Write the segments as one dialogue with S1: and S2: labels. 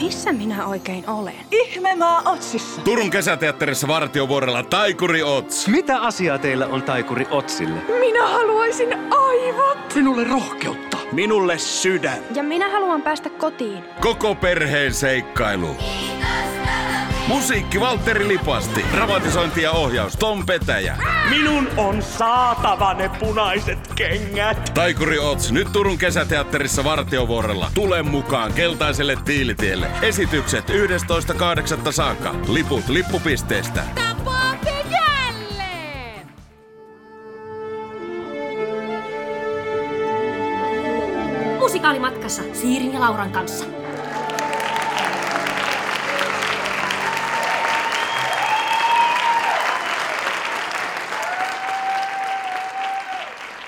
S1: missä minä oikein olen?
S2: Ihme maa otsissa.
S3: Turun kesäteatterissa Vartiovuorella Taikuri Ots.
S4: Mitä asiaa teillä on taikuri Otsille?
S1: Minä haluaisin aivot!
S5: Minulle rohkeutta. Minulle sydän.
S1: Ja minä haluan päästä kotiin.
S3: Koko perheen seikkailu. Musiikki Valtteri Lipasti. Dramatisointi ja ohjaus Tom Petäjä.
S6: Minun on saatava ne punaiset kengät.
S3: Taikuri Ots nyt Turun kesäteatterissa Vartiovuorella. Tule mukaan keltaiselle tiilitielle. Esitykset 11.8. saakka. Liput lippupisteestä.
S7: Tapaatte jälleen!
S8: Musikaalimatkassa Siirin ja Lauran kanssa.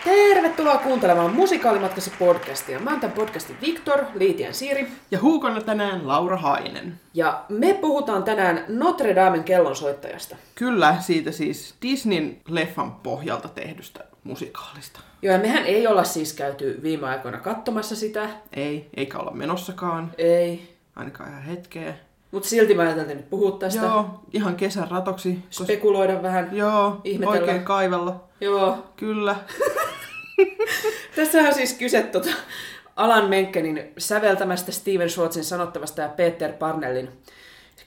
S9: Tervetuloa kuuntelemaan Musikaalimatkassa podcastia. Mä oon tämän podcastin Viktor, Liitian Siiri.
S10: Ja huukana tänään Laura Hainen.
S9: Ja me puhutaan tänään Notre Damen kellonsoittajasta.
S10: Kyllä, siitä siis Disneyn leffan pohjalta tehdystä musikaalista.
S9: Joo, ja mehän ei olla siis käyty viime aikoina katsomassa sitä.
S10: Ei, eikä olla menossakaan.
S9: Ei.
S10: Ainakaan ihan hetkeä.
S9: Mutta silti mä ajattelin nyt puhua tästä.
S10: Joo, ihan kesän ratoksi. kos-
S9: Spekuloida vähän.
S10: Joo,
S9: Ihmetellä.
S10: oikein kaivella.
S9: Joo.
S10: Kyllä.
S9: Tässä on siis kyse tota, Alan Menkenin säveltämästä, Steven Schwartzin sanottavasta ja Peter Parnellin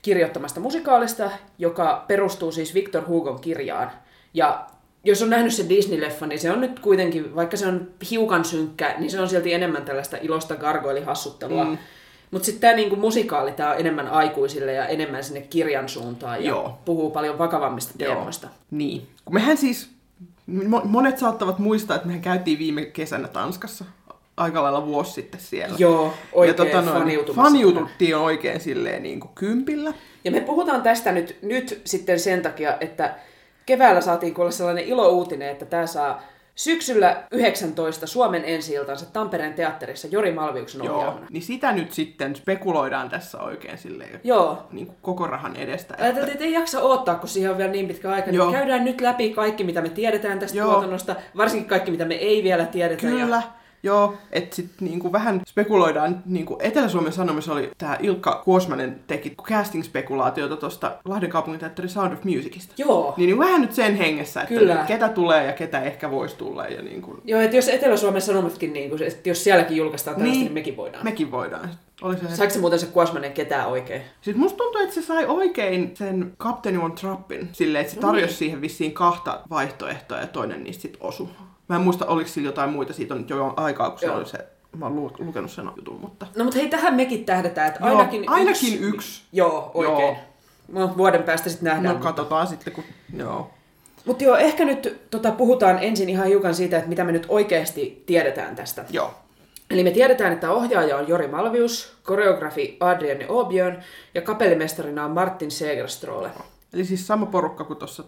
S9: kirjoittamasta musikaalista, joka perustuu siis Victor Hugon kirjaan. Ja jos on nähnyt sen Disney-leffan, niin se on nyt kuitenkin, vaikka se on hiukan synkkä, niin se on silti enemmän tällaista ilosta gargoilihassuttelua. Mm. Mutta sitten tämä niinku musikaali, tämä on enemmän aikuisille ja enemmän sinne kirjan suuntaan ja
S10: Joo.
S9: puhuu paljon vakavammista
S10: Joo.
S9: teemoista.
S10: Niin. Kun mehän siis, mo- monet saattavat muistaa, että mehän käytiin viime kesänä Tanskassa aika lailla vuosi sitten siellä. tota
S9: Joo, oikein
S10: noin,
S9: faniutumassa.
S10: faniututtiin oikein silleen niin kuin kympillä.
S9: Ja me puhutaan tästä nyt, nyt sitten sen takia, että keväällä saatiin kuulla sellainen ilouutinen, että tämä saa syksyllä 19 Suomen ensi Tampereen teatterissa Jori Malviuksen
S10: Joo,
S9: ohjaamana.
S10: niin sitä nyt sitten spekuloidaan tässä oikein silleen
S9: Joo.
S10: niin kuin koko rahan edestä. Että,
S9: Ajateltiin, että ei jaksa odottaa, kun siihen on vielä niin pitkä aika. Niin
S10: Joo.
S9: käydään nyt läpi kaikki, mitä me tiedetään tästä
S10: Joo.
S9: tuotannosta, varsinkin kaikki, mitä me ei vielä tiedetä.
S10: kyllä, joo, että sitten niinku vähän spekuloidaan, niinku Etelä-Suomen Sanomissa oli tämä Ilkka Kuosmanen teki casting-spekulaatioita tuosta Lahden kaupunginteatterin Sound of Musicista.
S9: Ja... Joo.
S10: Niin, niin vähän nyt sen hengessä, että
S9: Kyllä.
S10: Kyllä. ketä tulee ja ketä ehkä voisi tulla ja niin kuin,
S9: Joo, että jos Etelä-Suomen sanomatkin, niin kun, se- että jos sielläkin julkaistaan tällaista, niin, niin
S10: Niin.
S9: mekin voidaan. Me...
S10: mekin voidaan. Oli se...
S9: Saiko se muuten se Kuosmanen ketään oikein?
S10: Siis musta tuntuu, että se sai oikein sen Captain on Trappin. Silleen, että se tarjosi
S9: Niin.
S10: siihen vissiin kahta vaihtoehtoa ja toinen niistä sitten osu. Mä en muista, oliko sillä jotain muita. Siitä on nyt jo aikaa, kun se
S9: Joo.
S10: oli se... Mä oon lu- lukenut sen jutun, mutta...
S9: No mutta hei, tähän mekin tähdätään, että
S10: Joo,
S9: ainakin,
S10: ainakin
S9: yksi.
S10: yksi.
S9: Joo, oikein.
S10: Joo.
S9: No, vuoden päästä sitten
S10: No
S9: nähdään. No,
S10: katsotaan sitten, kun... Joo.
S9: mutta joo, ehkä nyt tota, puhutaan ensin ihan hiukan siitä, että mitä me nyt oikeasti tiedetään tästä.
S10: Joo.
S9: Eli me tiedetään, että ohjaaja on Jori Malvius, koreografi Adrienne Obion ja kapellimestarina on Martin Segerströle.
S10: Eli siis sama porukka kuin tuossa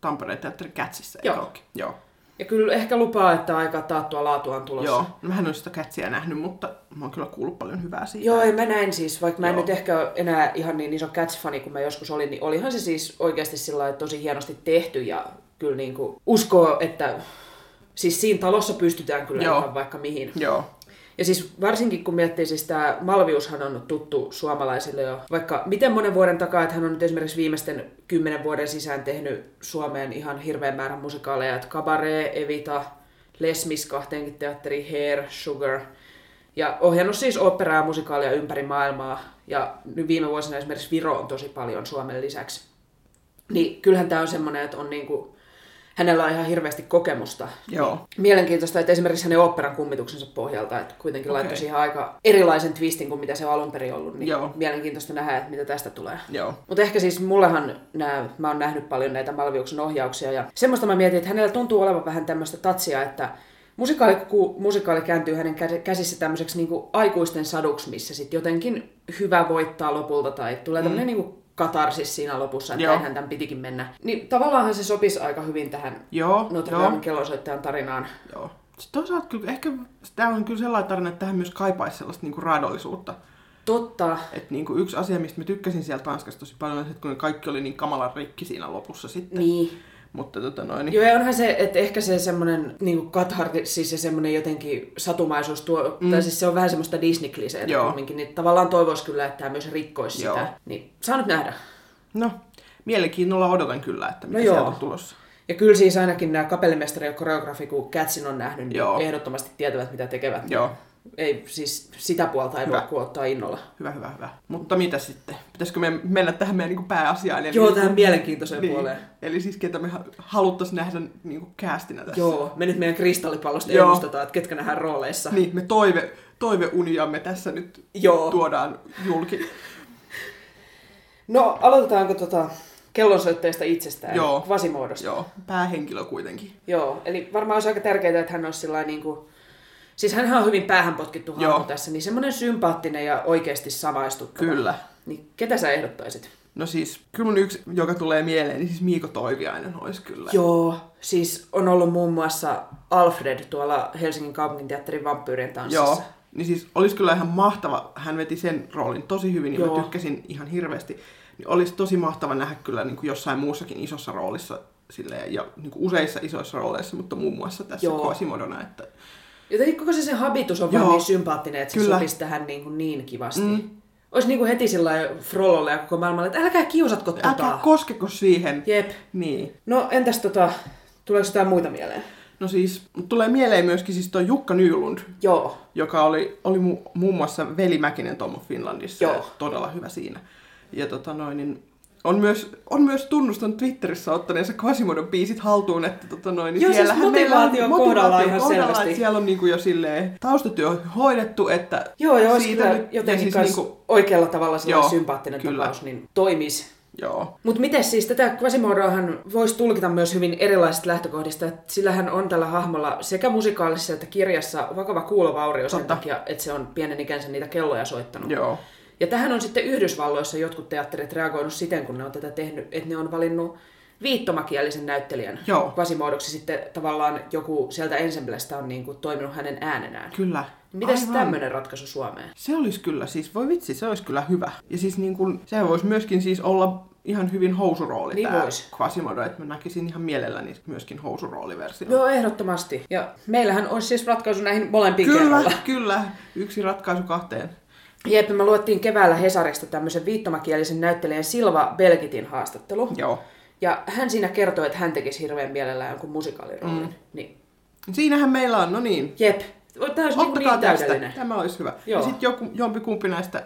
S10: Tampereen teatterin Kätsissä,
S9: Joo.
S10: eikö ookin? Joo.
S9: Ja kyllä ehkä lupaa, että aika taattua laatua on tulossa.
S10: Joo. No, mähän en ole sitä Kätsiä nähnyt, mutta mä oon kyllä kuullut paljon hyvää siitä.
S9: Joo, ja mä näin siis, vaikka mä en
S10: Joo.
S9: nyt ehkä ole enää ihan niin iso Cats-fani kuin mä joskus olin, niin olihan se siis oikeasti sillä lailla tosi hienosti tehty ja kyllä niin kuin uskoo, että siis siinä talossa pystytään kyllä
S10: Joo.
S9: ihan vaikka mihin.
S10: Joo.
S9: Ja siis varsinkin kun miettii, siis tämä Malviushan on tuttu suomalaisille jo, vaikka miten monen vuoden takaa, että hän on nyt esimerkiksi viimeisten kymmenen vuoden sisään tehnyt Suomeen ihan hirveän määrän musikaaleja, että Cabaret, Evita, Les Mis kahteenkin teatteri, Hair, Sugar, ja ohjannut siis operaa ja musikaalia ympäri maailmaa, ja nyt viime vuosina esimerkiksi Viro on tosi paljon Suomen lisäksi. Niin kyllähän tämä on semmoinen, että on niinku, hänellä on ihan hirveästi kokemusta
S10: Joo.
S9: Mielenkiintoista, että esimerkiksi hänen oopperan kummituksensa pohjalta, että kuitenkin okay. laittoi
S10: Okei.
S9: siihen aika erilaisen twistin kuin mitä se on alun perin ollut, niin Joo.
S10: Joo.
S9: mielenkiintoista nähdä, että mitä tästä tulee.
S10: Joo.
S9: Mutta ehkä siis mullehan nämä, mä oon nähnyt paljon näitä Malviuksen ohjauksia ja semmoista mä mietin, että hänellä tuntuu olevan vähän tämmöistä tatsia, että musikaali, ku, musikaali kääntyy hänen kä- käsissä tämmöiseksi niinku aikuisten saduksi, missä sitten jotenkin hyvä voittaa lopulta tai tulee tämmöinen niinku katarsis siinä lopussa, että
S10: Mm. Joo.
S9: näinhän tämän pitikin mennä. Niin tavallaanhan se sopisi aika hyvin tähän
S10: Joo,
S9: Notre
S10: joo.
S9: Damen kellonsoittajan tarinaan.
S10: Joo. Sitten toisaalta kyllä, ehkä tämä on kyllä sellainen tarina, että tähän myös kaipaisi sellaista niinku raadollisuutta.
S9: Totta.
S10: Et niinku yksi asia, mistä mä tykkäsin siellä Tanskassa tosi paljon, on se, että kun ne kaikki oli niin kamalan rikki siinä lopussa sitten.
S9: Niin.
S10: Mutta tota noin, niin
S9: Joo, ja onhan se, että ehkä se semmoinen niin Kathar, siis se semmoinen jotenkin satumaisuus tuo, mm. tai siis se on vähän semmoista Disney-kliseetä
S10: Joo.
S9: kumminkin, niin tavallaan toivoisi kyllä, että tämä myös rikkoisi
S10: Joo.
S9: sitä. Niin, saa nyt nähdä.
S10: No, mielenkiinnolla odotan kyllä, että mitä
S9: No
S10: no
S9: joo.
S10: sieltä on tulossa.
S9: Ja kyllä siis ainakin nämä kapellimestari ja koreografi, kun Catsin on nähnyt, niin
S10: Joo.
S9: ehdottomasti tietävät, mitä tekevät.
S10: Joo,
S9: Ei, siis sitä puolta ei
S10: Hyvä.
S9: voi kuottaa innolla.
S10: hyvä, hyvä, hyvä. Mutta mitä sitten? Pitäisikö me mennä tähän meidän niin pääasiaan? Eli
S9: Joo, tähän mielenkiintoiseen
S10: niin,
S9: puoleen.
S10: Eli siis ketä me haluttaisiin nähdä niin kuin käästinä tässä.
S9: Joo, me nyt meidän kristallipallosta
S10: Joo.
S9: ennustetaan, että ketkä nähdään rooleissa.
S10: Niin, me toive, toiveuniamme tässä nyt
S9: Joo.
S10: tuodaan julki.
S9: No, aloitetaanko tota kellonsoitteesta itsestään,
S10: Joo.
S9: kvasimuodosta?
S10: Joo, päähenkilö kuitenkin.
S9: Joo, eli varmaan olisi aika tärkeää, että hän olisi sillä niin kuin... Siis hän on hyvin päähän potkittu
S10: Joo.
S9: hahmo tässä, niin semmoinen sympaattinen ja oikeasti samaistuttava.
S10: Kyllä.
S9: Niin ketä sä ehdottaisit?
S10: No siis, kyllä mun yksi, joka tulee mieleen, niin siis Miiko Toiviainen olisi kyllä.
S9: Joo, siis on ollut muun muassa Alfred tuolla Helsingin kaupunginteatterin vampyyrien tanssissa.
S10: Joo. Niin siis olisi kyllä ihan mahtava, hän veti sen roolin tosi hyvin ja
S9: Joo.
S10: mä tykkäsin ihan hirveästi. Niin olisi tosi mahtava nähdä kyllä niin kuin jossain muussakin isossa roolissa silleen, ja niin kuin useissa isoissa rooleissa, mutta muun muassa tässä
S9: Joo.
S10: Quasimodona. Että...
S9: Jotenkin koko se sen habitus on vaan
S10: Joo.
S9: niin sympaattinen, että se
S10: Kyllä.
S9: sopisi tähän niin, kuin niin kivasti. Mm. Olisi niin kuin heti sillä lailla Frollolle ja koko maailmalle, että älkää kiusatko tota.
S10: Älkää koskeko siihen.
S9: Jep.
S10: Niin.
S9: No entäs tota, tuleeko jotain muita mieleen?
S10: No siis, mut tulee mieleen myöskin siis toi Jukka Nylund,
S9: Joo,
S10: joka oli, oli mu, muun muassa Veli Mäkinen Tom of Finlandissa.
S9: Joo.
S10: ja Todella hyvä siinä. Ja tota noin, niin on myös, on myös tunnustanut Twitterissä ottaneensa Quasimodon biisit haltuun, että tota noin, niin
S9: Joo, siis
S10: siellähän
S9: motivaatio on kohdallaan ihan selvästi.
S10: että siellä on niinku jo silleen taustatyö hoidettu, että
S9: Joo, ja olisi
S10: siitä
S9: kyllä
S10: nyt-
S9: jotenkin
S10: ja
S9: siis niinku... oikealla tavalla joo,
S10: Joo,
S9: sympaattinen kyllä.
S10: kyllä.
S9: tapaus, niin toimisi.
S10: joo,
S9: Mutta miten siis tätä Quasimodoahan voisi tulkita myös hyvin erilaisista lähtökohdista, että sillä hän on tällä hahmolla sekä musikaalissa että kirjassa vakava kuulovaurio sen
S10: Totta.
S9: takia, että se on pienen ikänsä niitä kelloja soittanut.
S10: joo,
S9: Ja tähän on sitten Yhdysvalloissa jotkut teatterit reagoinut siten, kun ne on tätä tehnyt, että ne on valinnut viittomakielisen näyttelijän
S10: Joo.
S9: Quasimodoksi sitten tavallaan joku sieltä ensemblestä on niin kuin toiminut hänen äänenään.
S10: kyllä.
S9: Mitäs
S10: Aivan.
S9: tämmöinen ratkaisu Suomeen?
S10: Se olisi kyllä, siis voi vitsi, se olisi kyllä hyvä. Ja siis niin kun, se voisi myöskin siis olla ihan hyvin housurooli
S9: Niin
S10: tää
S9: vois.
S10: Quasimodo, että mä näkisin ihan mielelläni myöskin housurooliversio.
S9: Joo, ehdottomasti. Ja meillähän olisi siis ratkaisu näihin molempiin kerralla.
S10: Kyllä, kyllä. Yksi ratkaisu kahteen.
S9: Jep, me luettiin keväällä Hesarista tämmöisen viittomakielisen näyttelijän Silva Belkitin haastattelu.
S10: Joo.
S9: Ja hän siinä kertoi, että hän tekisi hirveän mielellään jonkun musikaaliroolin. Mm. Niin.
S10: Siinähän meillä on, no niin.
S9: Jep. Tämä olisi niin,
S10: Ottakaa
S9: niin
S10: tästä.
S9: täydellinen.
S10: Tämä olisi hyvä.
S9: Joo.
S10: Ja sitten joku, jompi kumpi näistä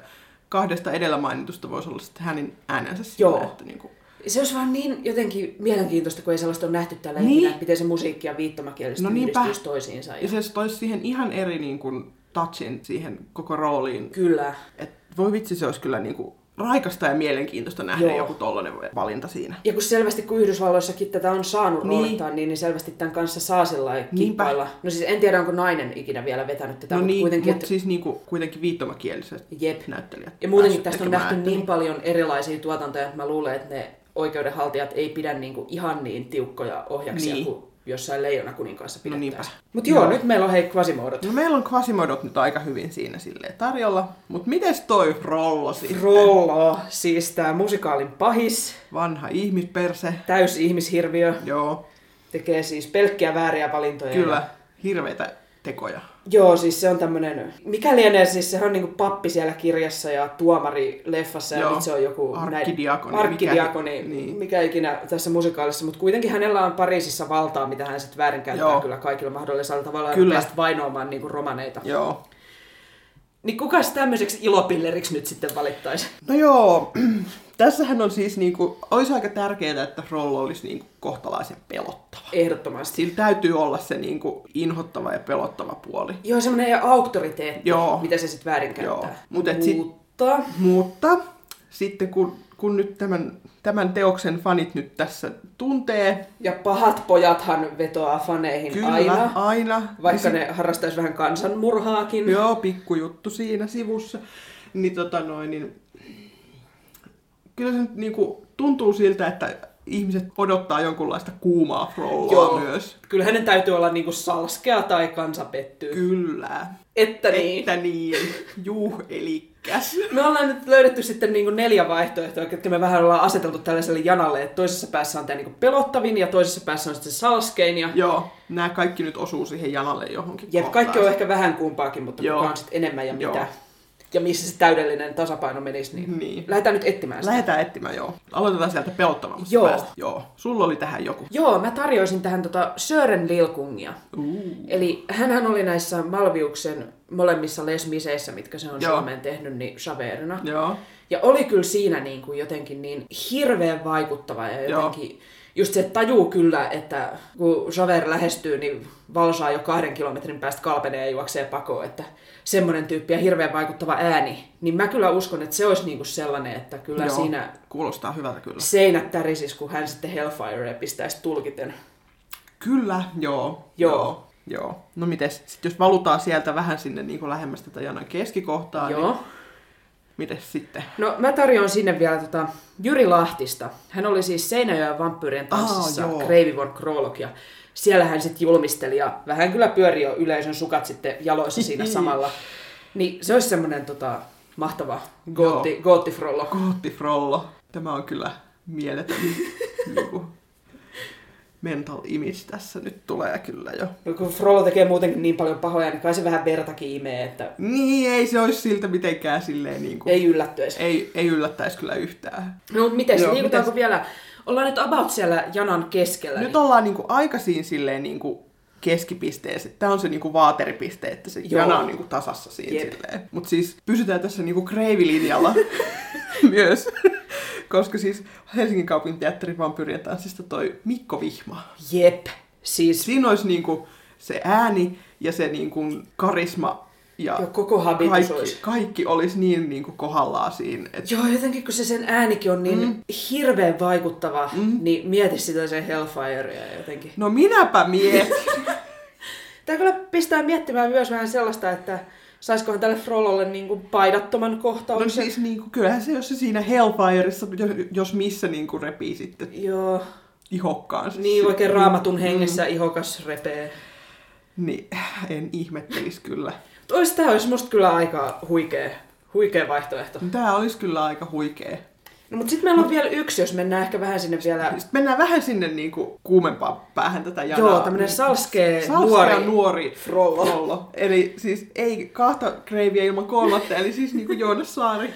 S10: kahdesta edellä mainitusta voisi olla sitten hänen äänensä sillä,
S9: Joo.
S10: että niinku,
S9: Se olisi vaan niin jotenkin mielenkiintoista, kun ei sellaista ole nähty täällä
S10: Niin.
S9: ikinä, että miten se musiikki ja viittomakieliset
S10: No
S9: no
S10: niinpä.
S9: yhdistyisi toisiinsa. Ja...
S10: Ja se toisi siihen ihan eri niin kuin, touchin siihen koko rooliin.
S9: Kyllä.
S10: Et voi vitsi, se olisi kyllä niin kuin, raikasta ja mielenkiintoista nähdä
S9: Joo.
S10: Joo. joku tollainen valinta siinä.
S9: Ja kun selvästi, kun Yhdysvalloissakin tätä on saanut
S10: Niin.
S9: roolittaa, niin. niin selvästi tämän kanssa saa sellainen
S10: Niinpä.
S9: kippailla. No siis en tiedä, onko nainen ikinä vielä vetänyt tätä,
S10: no
S9: mutta
S10: niin,
S9: kuitenkin...
S10: mutta siis niin kuin, kuitenkin viittomakieliset
S9: Jep.
S10: näyttelijät.
S9: Ja muutenkin
S10: päässyt
S9: tästä on
S10: tekemään,
S9: nähty
S10: että
S9: niin paljon erilaisia tuotantoja, että mä luulen, että ne oikeudenhaltijat ei pidä niinku ihan niin tiukkoja ohjaksia
S10: Niin.
S9: kuin jossain Leijona kuninkaassa
S10: No niinpä.
S9: pidettäisiin. Mutta joo,
S10: Joo.
S9: nyt meillä on hei Quasimodot.
S10: No meillä on Quasimodot nyt aika hyvin siinä silleen tarjolla, mutta mites toi Rollo sitten?
S9: Rollo, siis tää musikaalin pahis,
S10: Vanha ihmisperse.
S9: täysihmishirviö,
S10: Joo,
S9: tekee siis pelkkiä vääriä valintoja.
S10: kyllä. Hirveitä tekoja.
S9: Joo, siis se on tämmönen, mikä lienee siis, sehän on niinku pappi siellä kirjassa ja tuomari leffassa ja
S10: Joo.
S9: nyt se on joku näin-
S10: Arkkidiakoni, mikä-
S9: arkkidiakoni mikä, niin.
S10: niin.
S9: mikä ikinä tässä musikaalissa, mutta kuitenkin hänellä on Pariisissa valtaa, mitä hän sitten väärinkäyttää Joo.
S10: Joo.
S9: kyllä kaikilla mahdollisella tavalla
S10: Kyllä.
S9: ja sitten vainoamaan niinku romaneita.
S10: Joo.
S9: Niin kukas tämmöiseksi ilopilleriksi nyt sitten valittaisi?
S10: No joo, tässähän on siis niinku, olisi aika tärkeää, että Rollo olisi niinku kohtalaisen pelottava.
S9: Ehdottomasti.
S10: Sillä täytyy olla se niinku inhottava ja pelottava puoli.
S9: Joo, semmoinen auktoriteetti,
S10: Joo.
S9: mitä se sitten väärinkäyttää.
S10: Joo. Mut et sit-
S9: Mutta...
S10: Mutta sitten kun, kun nyt tämän, tämän teoksen fanit nyt tässä tuntee,
S9: Ja pahat pojathan vetoaa faneihin
S10: kyllä,
S9: aina.
S10: aina, aina
S9: Vaikka ne harrastaisi vähän kansanmurhaakin.
S10: Joo, pikkujuttu siinä sivussa. Niin tota noin, niin... Kyllä se nyt niinku tuntuu siltä, että ihmiset odottaa jonkunlaista kuumaa flowaa
S9: Joo.
S10: myös.
S9: Kyllä hänen täytyy olla niinku salskea tai kansa pettyy.
S10: Kyllä.
S9: Että niin.
S10: Että niin. Juh, elikkäs.
S9: Me ollaan nyt löydetty sitten niinku neljä vaihtoehtoa, jotka me vähän ollaan aseteltu tällaiselle janalle, että toisessa päässä on tämä niinku pelottavin ja toisessa päässä on sitten se salskein. Ja...
S10: Joo, nämä kaikki nyt osuu siihen janalle johonkin
S9: Jep,
S10: kohtaan.
S9: kaikki on ehkä vähän kumpaakin, mutta
S10: Joo.
S9: kuka on sitten enemmän ja
S10: Joo.
S9: mitä. Ja missä se täydellinen tasapaino menisi, niin,
S10: Niin.
S9: lähdetään nyt etsimään sitä.
S10: Lähdetään etsimään, joo. Aloitetaan sieltä pelottavammasta
S9: Joo.
S10: päästä. Joo. Sulla oli tähän joku.
S9: Joo, mä tarjoisin tähän tota Sören Lilkungia.
S10: Uh.
S9: Eli hän oli näissä Malviuksen molemmissa lesmiseissä, mitkä se on
S10: Joo.
S9: Suomeen tehnyt, niin Saverina.
S10: Joo.
S9: Ja oli kyllä siinä niin kuin jotenkin niin hirveän vaikuttava ja
S10: Joo.
S9: jotenkin just se tajuu kyllä, että kun Javert lähestyy, niin valsaa jo kahden kilometrin päästä kalpenee ja juoksee pakoon, että semmoinen tyyppi ja hirveän vaikuttava ääni. Niin mä kyllä uskon, että se olisi niin kuin sellainen, että kyllä
S10: joo.
S9: Joo. siinä
S10: Kuulostaa hyvältä kyllä.
S9: seinät tärisis, kun hän sitten Hellfirea pistäisi tulkiten.
S10: Kyllä, joo.
S9: Joo.
S10: Joo. joo. No mites, sitten jos valutaan sieltä vähän sinne niin kuin lähemmäs tätä janan keskikohtaa, niin
S9: Joo.
S10: mites sitten?
S9: No mä tarjoan sinne vielä tota Jyri Lahtista. Hän oli siis Seinäjoen vampyyrien tanssissa
S10: Aa, joo.
S9: Grave von Krolog ja siellä hän sitten julmisteli ja vähän kyllä pyöri jo yleisön sukat sitten jaloissa siinä samalla. Niin se olisi semmoinen tota, mahtava gootti, goottifrollo.
S10: Kootti Frollo. Tämä on kyllä mieletön niinku, mental image tässä nyt tulee kyllä jo.
S9: No, Kun Frollo tekee muutenkin niin paljon pahoja, niin kai se vähän vertakin imee, että
S10: Niin, ei se olisi siltä mitenkään silleen niinku...
S9: ei yllätty edes.
S10: ei, ei yllättäisi kyllä yhtään.
S9: No miten
S10: Joo,
S9: liikutaanko
S10: mites?
S9: vielä? Ollaan nyt about siellä janan keskellä.
S10: Nyt
S9: niin-
S10: ollaan niinku aika siinä silleen niinku keskipisteessä. Tämä on se niinku vaateripiste, että se
S9: Joo.
S10: jana on niinku tasassa siinä
S9: Jep.
S10: silleen. Mutta siis pysytään tässä niinku kreivilinjalla myös. Koska siis Helsingin kaupungin teatterin vampyyrien tanssista siis toi Mikko Vihma.
S9: Jep, siis
S10: Siinä olisi niinku se ääni ja se niinku karisma ja,
S9: Ja koko habitus
S10: kaikki,
S9: olisi.
S10: kaikki olisi niin niinku kohdallaan siinä. Et
S9: Joo, jotenkin kun se sen äänikin on niin mm. hirveän vaikuttava, mm. niin mieti sitä sen Hellfirea jotenkin.
S10: no minäpä mietin.
S9: Tämä kyllä pistää miettimään myös vähän sellaista, että saisikohan tälle Frollolle niin kuin paidattoman
S10: No
S9: kohtauksen.
S10: siis niin kuin, kyllähän se, jos se siinä Hellfireissa, jos, jos missä niin kuin repii sitten
S9: Joo,
S10: ihokkaan.
S9: niin oikein raamatun
S10: Mm.
S9: hengessä ihokas repee.
S10: Niin, en ihmettelisi kyllä.
S9: Ois, tämä olisi musta kyllä aika huikea, huikea vaihtoehto.
S10: No, Tää olisi kyllä aika huikea.
S9: No, mutta sitten meillä on vielä yksi, jos mennään ehkä vähän sinne vielä.
S10: Sitten mennään vähän sinne niin kuin, kuumempaan päähän tätä janaa.
S9: Joo, tämmönen salskee,
S10: Salskea
S9: nuori.
S10: nuori
S9: frollo.
S10: frollo. Eli siis ei kahta kreiviä ilman kolmatta, eli siis niin kuin Joonas Saari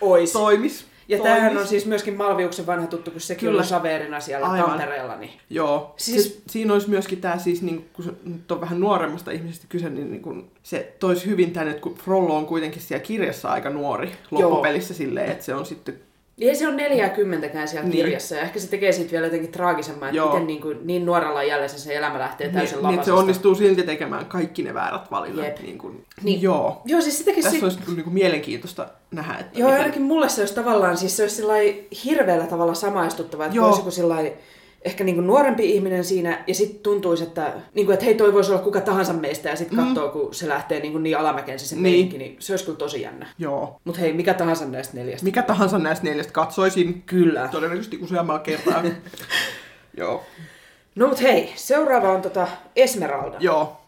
S9: Ois.
S10: toimis.
S9: Ja
S10: toimis.
S9: tämähän on siis myöskin Malviuksen vanha tuttu, kun sekin
S10: Kyllä.
S9: kyllä. on Saverina siellä
S10: Aivan.
S9: Aivan. Tampereella. Niin.
S10: Joo. Siis...
S9: Siis-
S10: Se, siinä olisi myöskin tämä, siis, niin, kun se nyt on vähän nuoremmasta ihmisestä kyse, niin, niin kun se toisi hyvin tänne, että kun Frollo on kuitenkin siellä kirjassa aika nuori loppupelissä silleen, että se on sitten...
S9: Ei se on 40 siellä
S10: Niin.
S9: niin. kirjassa ja ehkä se tekee siitä vielä jotenkin traagisemman, että
S10: Joo.
S9: miten niin, kuin, niin nuorella jäljellä se elämä lähtee
S10: Niin,
S9: täysin
S10: niin, että se
S9: lapasesta.
S10: onnistuu silti tekemään kaikki ne väärät valinnat.
S9: Jep.
S10: Niin kun, niin.
S9: Niin.
S10: Joo.
S9: Joo, siis sitäkin...
S10: Tässä
S9: si-
S10: olisi kyllä niin kuin mielenkiintoista nähdä, että...
S9: Joo,
S10: miten-
S9: ainakin mulle se olisi tavallaan, siis se olisi sillai hirveällä tavalla samaistuttava, että
S10: Joo.
S9: Joo. olisi joku sillai, ehkä niin kuin nuorempi ihminen siinä, ja sitten tuntuisi, että, niin kuin, että hei, toi voisi olla kuka tahansa meistä, ja sitten katsoo, kun se lähtee niin, kuin niin alamäkensä se
S10: Mm. Niin.
S9: niin. meininki, niin se olisi kyllä tosi jännä.
S10: Joo.
S9: Mutta hei, mikä tahansa näistä neljästä.
S10: Mikä tahansa näistä neljästä katsoisin
S9: Kyllä.
S10: todennäköisesti useammalla kertaa. Joo.
S9: No mut hei, seuraava on tota Esmeralda.
S10: Joo.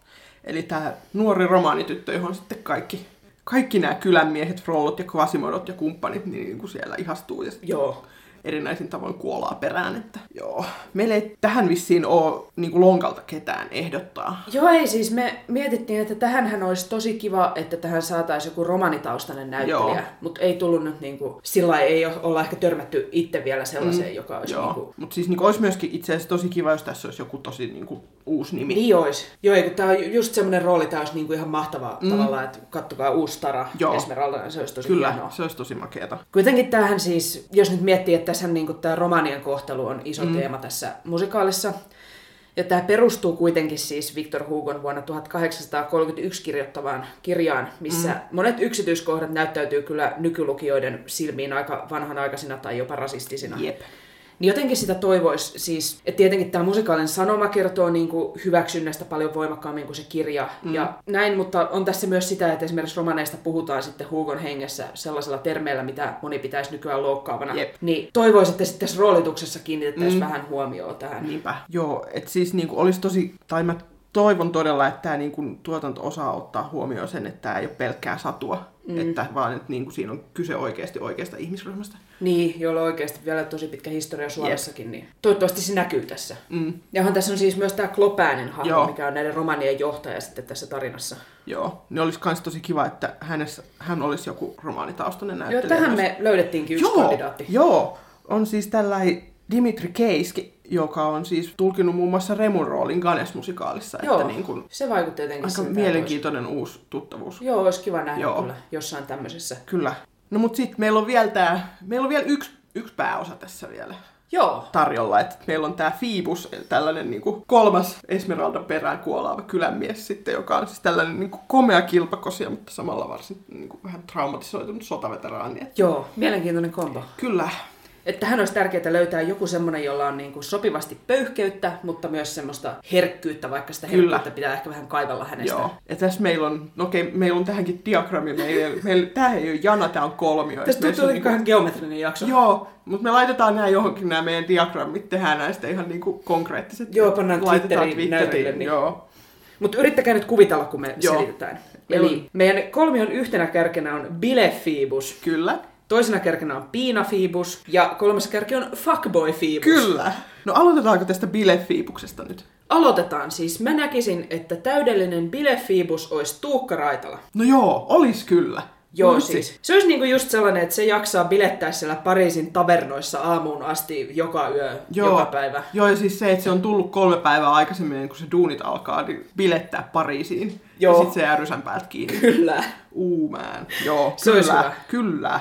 S10: Eli tämä nuori romaanityttö, johon sitten kaikki, kaikki nämä kylänmiehet, frollot ja kvasimodot ja kumppanit niin, niin kuin siellä ihastuu ja sitten
S9: Joo.
S10: erinäisin tavoin kuolaa perään. Että, joo. Meillä ei tähän vissiin ole niin kuin lonkalta ketään ehdottaa.
S9: Joo, ei siis me mietittiin, että tähänhän olisi tosi kiva, että tähän saataisiin joku romanitaustainen
S10: Joo.
S9: näyttelijä, mutta ei tullut nyt niinku, sillä lailla ei o- olla ehkä törmätty itse vielä sellaiseen, mm. joka olisi
S10: Joo.
S9: niinku,
S10: Mutta siis niin olisi myöskin itse asiassa tosi kiva, jos tässä olisi joku tosi niin kuin, uusi nimi.
S9: niin olisi. Joo, ei, kun tämä on ju- just semmoinen rooli, tämä olisi niinku ihan mahtava mm. tavallaan, että kattokaa uusi Tara
S10: Joo.
S9: Esmeralda, niin se olisi tosi
S10: Kyllä,
S9: hienoa.
S10: se olisi tosi makeeta.
S9: Kuitenkin tämähän siis, jos nyt miettii, että tässä niin tämä romanien kohtelu on iso mm. teema tässä musikaalissa. Ja tämä perustuu kuitenkin siis Victor Hugon vuonna 1831 kirjoittavaan kirjaan, missä mm. monet yksityiskohdat näyttäytyy kyllä nykylukijoiden silmiin aika vanhanaikaisina tai jopa rasistisina.
S10: Jep.
S9: Niin jotenkin sitä toivoisi siis, että tietenkin tämä musikaalinen sanoma kertoo niin kuin hyväksynnästä paljon voimakkaammin kuin se kirja. Mm. Ja näin, mutta on tässä myös sitä, että esimerkiksi romaneista puhutaan sitten Hugon hengessä sellaisella termeillä, mitä moni pitäisi nykyään loukkaavana.
S10: Jep.
S9: Niin toivoisin, että sitten tässä roolituksessa kiinnitettäisiin mm. vähän huomioon tähän.
S10: Niinpä. Joo, et siis niinku olisi tosi, tai mä toivon todella, että tämä niinku tuotanto osaa ottaa huomioon sen, että tämä ei ole pelkkää satua. Mm. Että vaan, että niinku siinä on kyse oikeasti oikeasta ihmisryhmästä.
S9: Niin, jolla on oikeasti vielä tosi pitkä historia Suomessakin, niin toivottavasti se näkyy tässä. Mm. Jahan tässä on siis myös tämä Klopäänen hahmo,
S10: Joo.
S9: mikä on näiden romanien johtaja sitten tässä tarinassa.
S10: Joo, niin olisi myös tosi kiva, että hänessä, hän olisi joku romaanitaustainen
S9: Joo,
S10: näyttelijä.
S9: tähän
S10: myös.
S9: me löydettiinkin yksi
S10: Joo,
S9: kandidaatti.
S10: joo, on siis tällainen Dimitri Keiski, joka on siis tulkinut muun muassa Remun roolin Ganes-musikaalissa.
S9: Joo,
S10: Että niin kuin,
S9: se vaikutti jotenkin
S10: aika
S9: siltä, että
S10: mielenkiintoinen uusi tuttavuus.
S9: olisi- Joo, olisi kiva nähdä Joo.
S10: Joo.
S9: kyllä jossain tämmöisessä.
S10: Kyllä. No mut sit meillä on vielä tää, meillä on vielä yksi, yksi pääosa tässä vielä
S9: Joo,
S10: tarjolla. Et meillä on tää Phoebus, tällainen niinku kolmas Esmeraldan perään kuolaava kylänmies sitten, joka on siis tällainen niinku komea kilpakosia, mutta samalla varsin niinku vähän traumatisoitunut sotaveteraani. Et
S9: joo, mielenkiintoinen kombo.
S10: Kyllä.
S9: Että hän olisi tärkeää löytää joku semmoinen, jolla on niin kuin sopivasti pöyhkeyttä, mutta myös semmoista herkkyyttä, vaikka sitä
S10: Kyllä.
S9: herkkyyttä pitää ehkä vähän kaivella hänestä.
S10: Joo. Ja tässä meillä on, no okei, meillä on tähänkin diagrammi, meillä, meillä, tää ei ole jana, tää on kolmio.
S9: Tästä
S10: Et meissä
S9: tuntuu
S10: on
S9: niinku... ihan geometrinen jakso.
S10: Joo, mutta me laitetaan nämä johonkin, nämä meidän diagrammit, tehdään näistä ihan niinku konkreettiset.
S9: Joo, pannaan
S10: Laitetaan
S9: Twitteriin näytille, niin-
S10: Joo,
S9: Mutta yrittäkää nyt kuvitella, kun me Joo.
S10: Joo.
S9: selitetään.
S10: Meillä
S9: Eli meidän kolmion yhtenä kärkenä on bilefiibus,
S10: kyllä.
S9: toisena kärkenä on piinafiibus ja kolmas kärki on fuckboyfiibus.
S10: Kyllä. No aloitetaanko tästä bilefiipuksesta nyt?
S9: Aloitetaan siis. Mä näkisin, että täydellinen bilefiibus olisi Tuukka Raitala.
S10: No joo, olis kyllä.
S9: Joo,
S10: Olis
S9: siis. Se olisi niinku just sellainen, että se jaksaa bilettää siellä Pariisin tavernoissa aamuun asti joka yö,
S10: Joo.
S9: joka päivä.
S10: Joo, ja siis se, että se on tullut kolme päivää aikaisemmin, ennen kuin se duunit alkaa, niin bilettää Pariisiin.
S9: Joo.
S10: Ja sit se jää rysän päät kiinni.
S9: Kyllä.
S10: Uumään. Joo,
S9: Se
S10: kyllä,
S9: olisi hyvä.
S10: kyllä.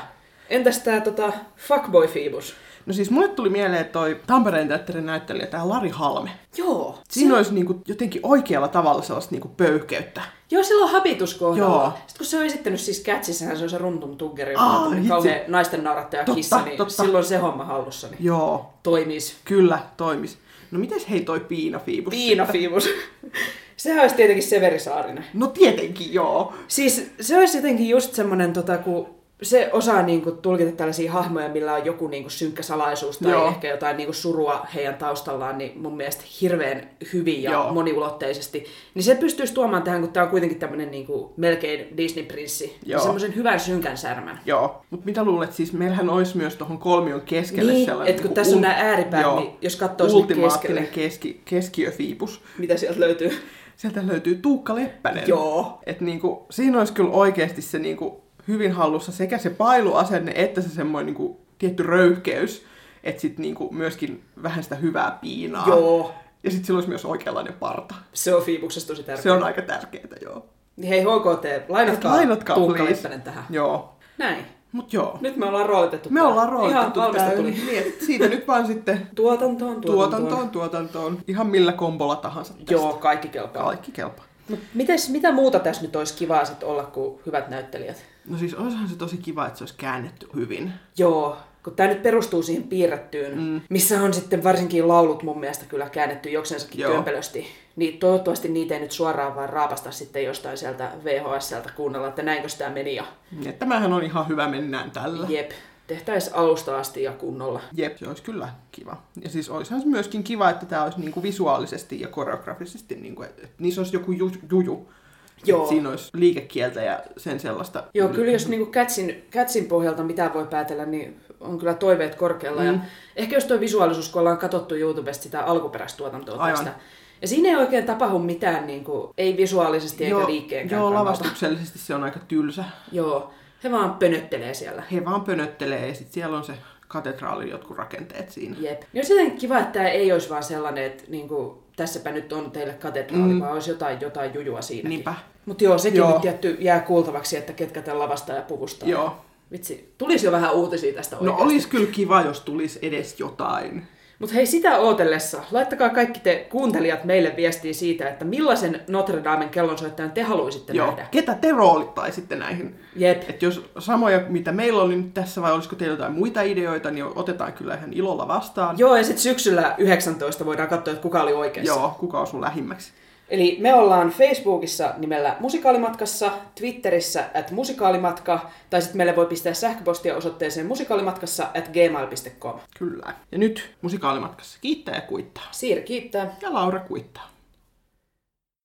S9: Entäs tää tota, fuckboyfiibus?
S10: No siis mulle tuli mieleen toi Tampereen teatterin näyttelijä, tää Lari Halme.
S9: Joo.
S10: Siinä olisi niinku jotenkin oikealla tavalla sellaista niinku pöyhkeyttä.
S9: Joo, sillä on habituskohdalla. Joo.
S10: Joo.
S9: Sitten kun se on esittänyt siis kätsissähän se on se runtum tuggeri,
S10: Aa,
S9: joka on
S10: hitsi.
S9: kauhean naisten naurattaja
S10: Totta,
S9: kissa, niin
S10: totta.
S9: silloin se homma hallussa niin
S10: Joo,
S9: toimis.
S10: kyllä, toimis. No mites hei toi piinafiibus?
S9: Piina Fiivus. Sehän olisi tietenkin Severi Saarinen.
S10: No tietenkin, joo.
S9: Siis se olisi jotenkin just semmoinen, tota, kun se osaa niinku tulkita tällaisia hahmoja, millä on joku niinku synkkä salaisuus tai Joo.
S10: Joo.
S9: ehkä jotain niinku surua heidän taustallaan, niin mun mielestä hirveän hyvin ja Joo.
S10: Joo.
S9: moniulotteisesti. Niin se pystyisi tuomaan tähän, kun tämä on kuitenkin tämmöinen niinku melkein Disney-prinssi.
S10: Joo.
S9: Semmoisen hyvän synkän särmän.
S10: Joo. Mut mitä luulet, siis meillähän olisi myös tuohon kolmion keskelle
S9: Niin,
S10: sellainen...
S9: et kun
S10: niinku
S9: tässä on
S10: ul-
S9: nää ääripäät,
S10: joo,
S9: niin jos katsoo sinne
S10: ultimaattinen
S9: keskelle.
S10: keski, keskiöfiipus.
S9: Mitä sieltä löytyy?
S10: Sieltä löytyy Tuukka Leppänen.
S9: Joo.
S10: Et niinku, siinä olisi kyllä oikeasti se niinku hyvin hallussa sekä se pailuasenne että se semmoinen niinku tietty röyhkeys. Että sitten niinku myöskin vähän sitä hyvää piinaa.
S9: Joo.
S10: Ja sitten sillä olisi myös oikeanlainen parta.
S9: Se on Fiibuksessa tosi tärkeä.
S10: Se on aika tärkeää, joo.
S9: Niin hei HKT, lainatkaa,
S10: Lainatkaa,
S9: Tuukka
S10: please.
S9: Leppänen tähän.
S10: Joo.
S9: Näin.
S10: Mut joo.
S9: Nyt me ollaan roolitettu.
S10: Me
S9: tää.
S10: ollaan roolitettu
S9: Ihan
S10: tää
S9: valmista
S10: yli.
S9: tuli.
S10: Niin, et siitä nyt vaan sitten
S9: Tuotantoon, tuotantoon.
S10: tuotantoon, tuotantoon. Ihan millä kombolla tahansa tästä.
S9: Joo, kaikki kelpaa.
S10: Kaikki kelpaa.
S9: Mites, mitä muuta tässä nyt olisi kivaa sit olla kuin hyvät näyttelijät?
S10: No siis olisihan se tosi kiva, että se olisi käännetty hyvin.
S9: Joo, kun tämä nyt perustuu siihen piirrettyyn, mm. missä on sitten varsinkin laulut mun mielestä kyllä käännetty jokseensakin
S10: Joo.
S9: kömpelösti. Niin toivottavasti niitä ei nyt suoraan vaan raapasta sitten jostain sieltä VHSltä kuunnella, että näinkö tämä meni ja
S10: Niin, että Tämähän on ihan hyvä, mennään tällä.
S9: jep, tehtäisiin alusta asti ja kunnolla.
S10: Jep, se olisi kyllä kiva. Ja siis olisihan se myöskin kiva, että tämä olisi niinku visuaalisesti ja koreografisesti, niinku, että et niissä olisi joku ju, juju.
S9: Joo.
S10: Et siinä olisi liikekieltä ja sen sellaista.
S9: Joo, kyllä jos niinku kätsin, kätsin pohjalta mitä voi päätellä, niin on kyllä toiveet korkealla. Mm. Ja ehkä jos tuo visuaalisuus, kun ollaan katsottu YouTubesta sitä alkuperäistuotantoa
S10: Aivan.
S9: tästä, ja siinä ei oikein tapahdu mitään, niin kuin, ei visuaalisesti eikä
S10: joo,
S9: liikkeenkään
S10: joo
S9: kannalta.
S10: lavastuksellisesti se on aika tylsä.
S9: Joo, he vaan pönöttelee siellä.
S10: He vaan pönöttelee ja sitten siellä on se katedraalin jotkut rakenteet siinä.
S9: Jep. Niin olisi jotenkin kiva, että tämä ei olisi vaan sellainen, että niin kuin, tässäpä nyt on teille katedraali, mm. vaan olisi jotain, jotain jujua siinäkin.
S10: Niinpä.
S9: Mutta joo, sekin joo.
S10: Joo.
S9: nyt tietty jää kuultavaksi, että ketkä tämän lavastaa ja puvustaa.
S10: Joo.
S9: Vitsi, tulisi jo vähän uutisia tästä
S10: No
S9: oikeasti.
S10: olisi kyllä kiva, jos tulisi edes jotain.
S9: Mutta hei, sitä ootellessa, laittakaa kaikki te kuuntelijat meille viestiä siitä, että millaisen Notre Damen kellonsoittajan te haluaisitte
S10: Joo.
S9: nähdä.
S10: Ketä te roolittaisitte näihin?
S9: Jep.
S10: Et jos samoja, mitä meillä oli nyt tässä, vai olisiko teillä jotain muita ideoita, niin otetaan kyllä ihan ilolla vastaan.
S9: Joo, ja sitten syksyllä 19 voidaan katsoa, että kuka oli oikeassa.
S10: Joo, kuka on sun lähimmäksi?
S9: Eli me ollaan Facebookissa nimellä Musikaalimatkassa, Twitterissä at musikaalimatka, tai sitten meille voi pistää sähköpostia osoitteeseen musikaalimatkassa at gmail.com.
S10: Kyllä. Ja nyt musikaalimatkassa kiittää ja kuittaa.
S9: Siiri kiittää.
S10: Ja Laura kuittaa.